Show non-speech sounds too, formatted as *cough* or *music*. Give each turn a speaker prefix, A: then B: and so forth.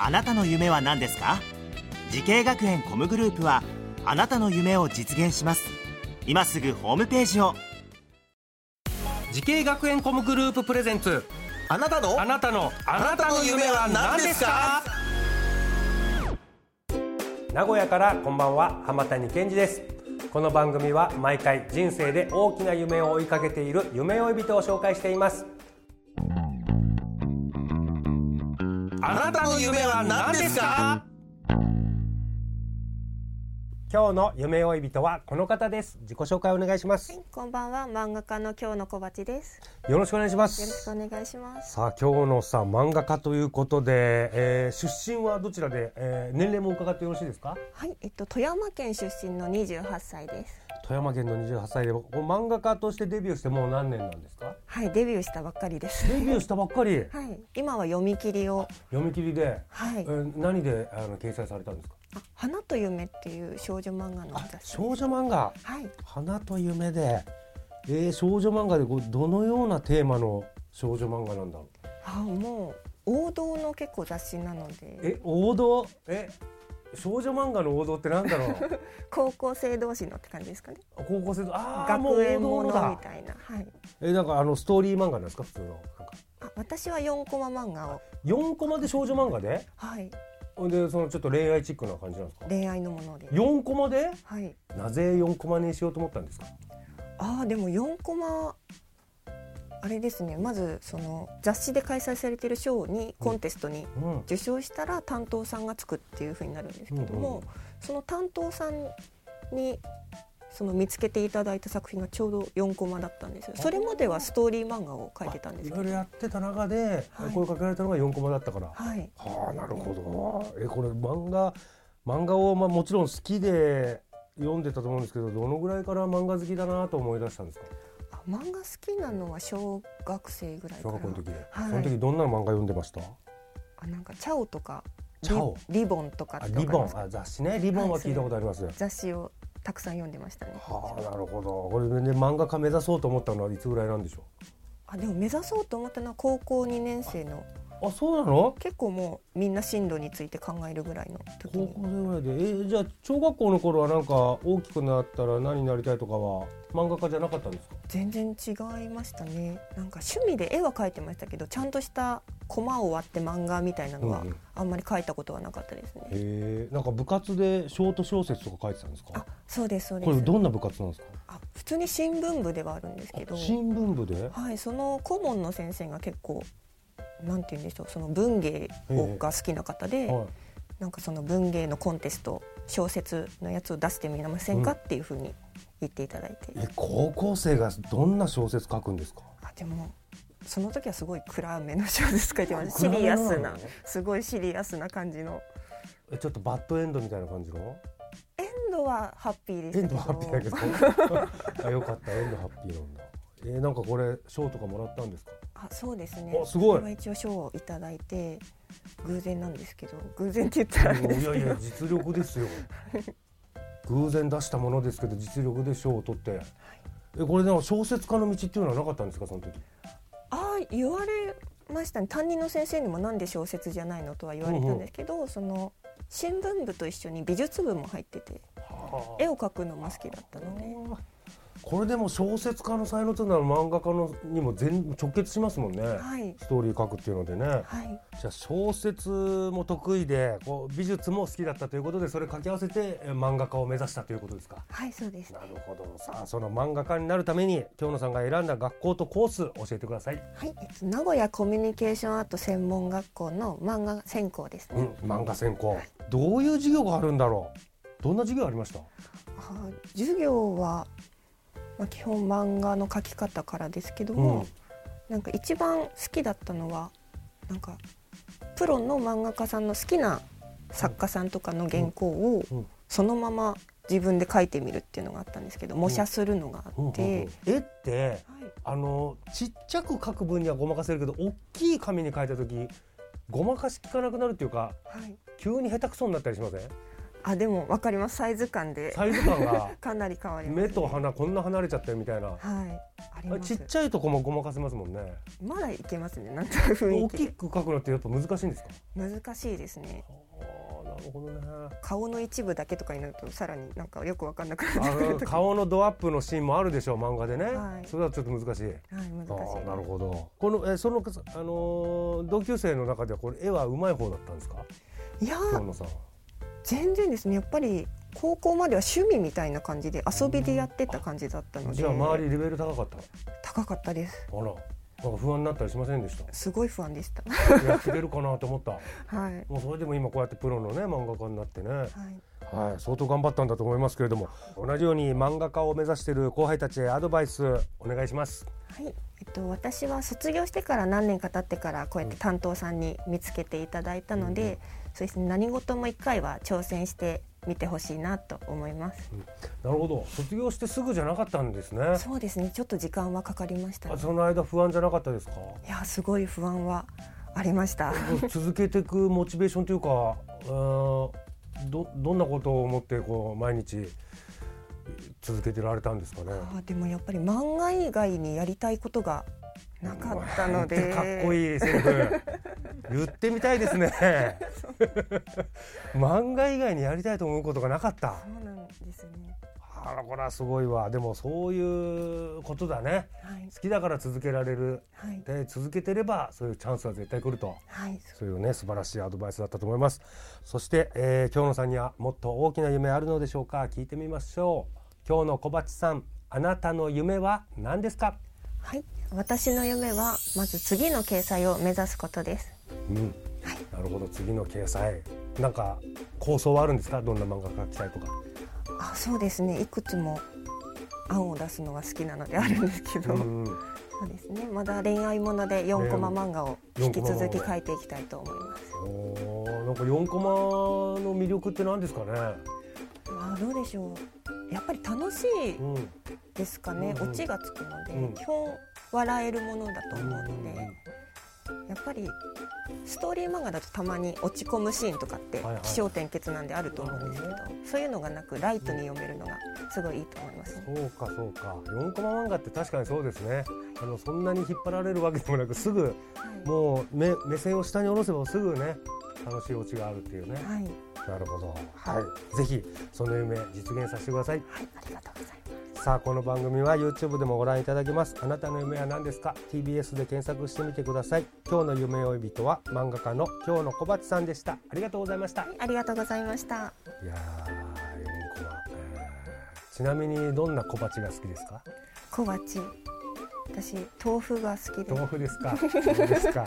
A: あなたの夢は何ですか時系学園コムグループはあなたの夢を実現します今すぐホームページを
B: 時系学園コムグループプレゼンツ
C: あなたの
B: あなたのあ
C: なたの夢は何ですか
B: 名古屋からこんばんは浜谷健二ですこの番組は毎回人生で大きな夢を追いかけている夢追い人を紹介しています
C: あなたの夢は何ですか
B: 今日の夢追い人はこの方です自己紹介お願いします、
D: こんばんは、漫画家の今日の小鉢です。
B: よろしくお願いしま
D: よろし
B: す
D: くお願いします。
B: さあ今日のさ漫画家ということで、えー出身はどちらで、えー年齢も伺ってよろしいですか
D: はい、えっと富山県出身の28歳です。
B: 富山県の28歳でこう漫画家としてデビューしてもう何年なんですか
D: はい、デビューしたばっかりです。
B: デビューしたばっかり
D: はい、今は読み切りを、
B: 読み切りで、
D: はい
B: え、ー何であの掲載されたんですか
D: あ花と夢っていう少女漫画の
B: あ
D: 雑誌。
B: 少女漫画
D: はい、
B: 「花と夢で」えー少女漫画でこうどのようなテーマの少女漫画なんだろう
D: あ、もう王道の結構雑誌なので、
B: え王道え少女漫画の王道ってなんだろう
D: *laughs* 高校生同士のって感じですかね。
B: 高校生のああもう
D: 学
B: 王
D: 園も
B: 道
D: の
B: の
D: み
B: だ
D: たいな。はい。
B: えなんかあのストーリー漫画なんですか普通のなんか
D: あ、私は4コマ漫画を、
B: 4コマで少女漫画で
D: はい、
B: ほんでそのちょっと恋愛チックな感じなんですか
D: 恋愛のもので。
B: 4コマで
D: はい。
B: なぜ4コマにしようと思ったんですか
D: ああでも4コマあれですねまずその雑誌で開催されてる賞にコンテストに
B: うん
D: 受賞したら担当さんがつくっていうふうになるんですけども、
B: うんうん
D: その担当さんにその見つけていただいた作品がちょうど4コマだったんですよそれまではストーリー漫画を書いてたんです
B: い
D: け
B: ろい
D: ど
B: ろやってた中で、
D: はい
B: 声かけられたのが4コマだったから、
D: はい
B: はあなるほどえこれ漫画漫画を、まあ、もちろん好きで読んでたと思うんですけどどのぐらいから漫画好きだなと思い出したんですか
D: あ漫画好きなのは小学生ぐらいか
B: 小
D: ら
B: 学校の時で、
D: はい
B: その時どんな漫画読んでました
D: あなんか「チャオ」とかリ
B: チャオ
D: リボン」とかっ
B: あ
D: て
B: リ
D: わかり
B: ボ
D: ま
B: ン
D: すか
B: あ雑誌ねリボンは聞いたことあります、
D: 雑誌をたくさん読んでましたね。
B: はあなるほどこれで、ね、漫画家目指そうと思ったのはいつぐらいなんでしょ
D: あでも目指そうと思ったのは高校2年生の
B: うあそうなの
D: 結構もうみんな進路について考えるぐらいの時
B: 高
D: に
B: 校生ぐらいでえじゃあ小学校の頃はなんか大きくなったら何になりたいとかは漫画家じゃなかったんですか
D: 全然違いましたねなんか趣味で絵は描いてましたけどちゃんとしたコマを割って漫画みたいなのは
B: うんうん
D: あんまり描いたことはなかったですね、
B: へえんか部活でショート小説とか書いてたんです
D: あ
B: か
D: そうですそうで
B: これ
D: す
B: どんな部活なんですか
D: あ普通に新聞部ではあるんですけど
B: 新聞部で
D: はいその顧問の先生が結構なんて言うんでしょうその文芸をが好きな方で、
B: は
D: なんかその文芸のコンテスト小説のやつを出してみませんか、
B: うん
D: っていうふうに言っていただいて
B: い、え高校生がどんな小説書くんですか
D: あでもその時はすごい暗めの小説書いてましたシ
B: 暗め
D: リア
B: な
D: ス
B: の
D: なすごいシリアスな感じの
B: えちょっとバッドエンドみたいな感じの
D: エンドはハッピーで
B: エ
D: し
B: ン
D: た
B: ドハッピーだ
D: け
B: け
D: ど
B: *laughs* どあよかったエンドハッピーなんだえなんかこれ賞とかもらったんですか
D: あそうですね
B: あすごい
D: これは一応賞をいただいて偶然なんですけど偶然って言ったらあれです
B: い
D: け
B: や
D: ど
B: いや実力ですよ偶然出したものですけど実力で賞を取って、えこれでも小説家の道っていうのはなかったんですかその時
D: ああ言われましたね担任の先生にもなんで小説じゃないのとは言われたんですけど、その新聞部と一緒に美術部も入ってて絵を描くのも好きだったので
B: これでも小説家の才能というのは漫画家のにも全直結しますもんね、
D: はい
B: ストーリー書くっていうのでね
D: はい
B: じゃあ小説も得意でこう美術も好きだったということでそれ掛け合わせてえ漫画家を目指したということですか
D: はいそうですね
B: なるほどさあその漫画家になるために京野さんが選んだ学校とコース教えてください、
D: はい、えっと、名古屋コミュニケーションアート専門学校の漫画専攻です
B: うん
D: ね。、
B: 漫画専攻どういう授業があるんだろうどんな授業ありました
D: あ授業は、まあ、基本漫画の描き方からですけども、
B: うん
D: なんか一番好きだったのはなんかプロの漫画家さんの好きな作家さんとかの原稿を
B: うん
D: そのまま自分で書いてみるっていうのがあったんですけど模写するのがあって、
B: 絵って
D: はい
B: あのちっちゃく描く分にはごまかせるけど大きい紙に描いた時ごまかしきかなくなるっていうか
D: はい、
B: 急に下手くそになったりしません
D: あでも分かりますサイズ感で
B: サイズ感
D: *laughs*
B: が
D: かなり変わります、
B: 目と鼻こんな離れちゃってるみたいな
D: はいあり
B: あれ
D: ま
B: ち
D: す
B: っちゃいとこもごまかせますもんね
D: まだいけますねなんとなく雰
B: 大
D: 囲気
B: き
D: で
B: く描くのってやっぱ難しいんですか
D: 難しいですね
B: あーなるほどね
D: 顔の一部だけとかになるとさらになんかよく分かんなくな
B: あ
D: ってくる
B: の
D: *laughs* とか
B: 顔のドアップのシーンもあるでしょう漫画でね、
D: はい
B: それはちょっと難しい
D: はい難し
B: あ
D: い
B: ーなるほどこのえその、あのー同級生の中ではこれ絵は上手い方だったんですか
D: いや
B: 今
D: ー
B: 日のさん
D: 全然ですねやっぱり高校までは趣味みたいな感じで遊びでやってた感じだったので
B: じゃあ周りレベル高かった
D: 高かったです
B: あらなんか不安になったりしませんでし *laughs*
D: すごい不安でした
B: たやっていけるかなと思った
D: はい、はい、
B: もうそれでも今こうやってプロのね漫画家になってね、はい、相当頑張ったんだと思いますけれども同じように漫画家を目指している後輩たちへアドバイスお願いします
D: はいえっと、私は卒業してから何年か経ってからこうやって担当さんに見つけていただいたので、そうですね何事も一回は挑戦してみてほしいなと思います、
B: なるほど卒業してすぐじゃなかったんですね
D: そうですねちょっと時間はかかりましたね
B: あその間不安じゃなかったですか
D: いやすごい不安はありました
B: 続けていくモチベーションというかうーんどどんなことを思ってこう毎日続けてられたんですかね
D: あーでもやっぱり漫画以外にやりたいことがなかったので
B: かっこ
D: い
B: いいセリフ言ってみたいですね漫画以外にやりたいと思うことがなかった
D: そうなんですね
B: あらこれはすごいわでもそういうことだね
D: はい
B: 好きだから続けられる
D: はい
B: で続けてればそういうチャンスは絶対来ると
D: はい
B: そういうね素晴らしいアドバイスだったと思いますそして、えー、今日野さんにはもっと大きな夢あるのでしょうか聞いてみましょう今日の小鉢さんあなたの夢は何ですか
D: はい私の夢はまず次の掲載を目指すことです
B: うん、なるほど次の掲載なんか構想はあるんですかどんな漫画が描きたいとか
D: あそうですねいくつも案を出すのが好きなのであるんですけど、
B: うん
D: そうですねまだ恋愛もので4コマ漫画を
B: 4
D: 引き続
B: コ
D: き
B: マ漫画
D: 書いていきたいと思います
B: *laughs* おーなんか4コマの魅力って何ですかね、
D: あーどうでしょうやっぱり楽しい
B: うん
D: ですかね、
B: うんうん
D: オチがつくので、
B: うん
D: 基本笑えるものだと思うの
B: う
D: で、
B: ん
D: やっぱりストーリー漫画だとたまに落ち込むシーンとかって
B: はいはい
D: 起承転結なんであると思うんですけど、そういうのがなくライトに読めるのがすごいいいと思います、ね
B: そうかそうか4コマ漫画って確かにそうですねあのそんなに引っ張られるわけでもなくすぐ
D: は
B: もう目目線を下に下ろせばすぐね楽しいオチがあるっていうね
D: い、はい、
B: なるほどはいぜひその夢実現させてください
D: はい、ありがとうございます
B: さあこの番組は YouTube でもご覧いただけますあなたの夢は何ですか TBS で検索してみてください今日の夢追い人は漫画家の今日の小鉢さんでしたありがとうございましたい
D: はいありがとうございました
B: やー4コマちなみにどんな小鉢が好きです *laughs* か
D: 小鉢私豆腐が好きで
B: 豆腐ですかそうですか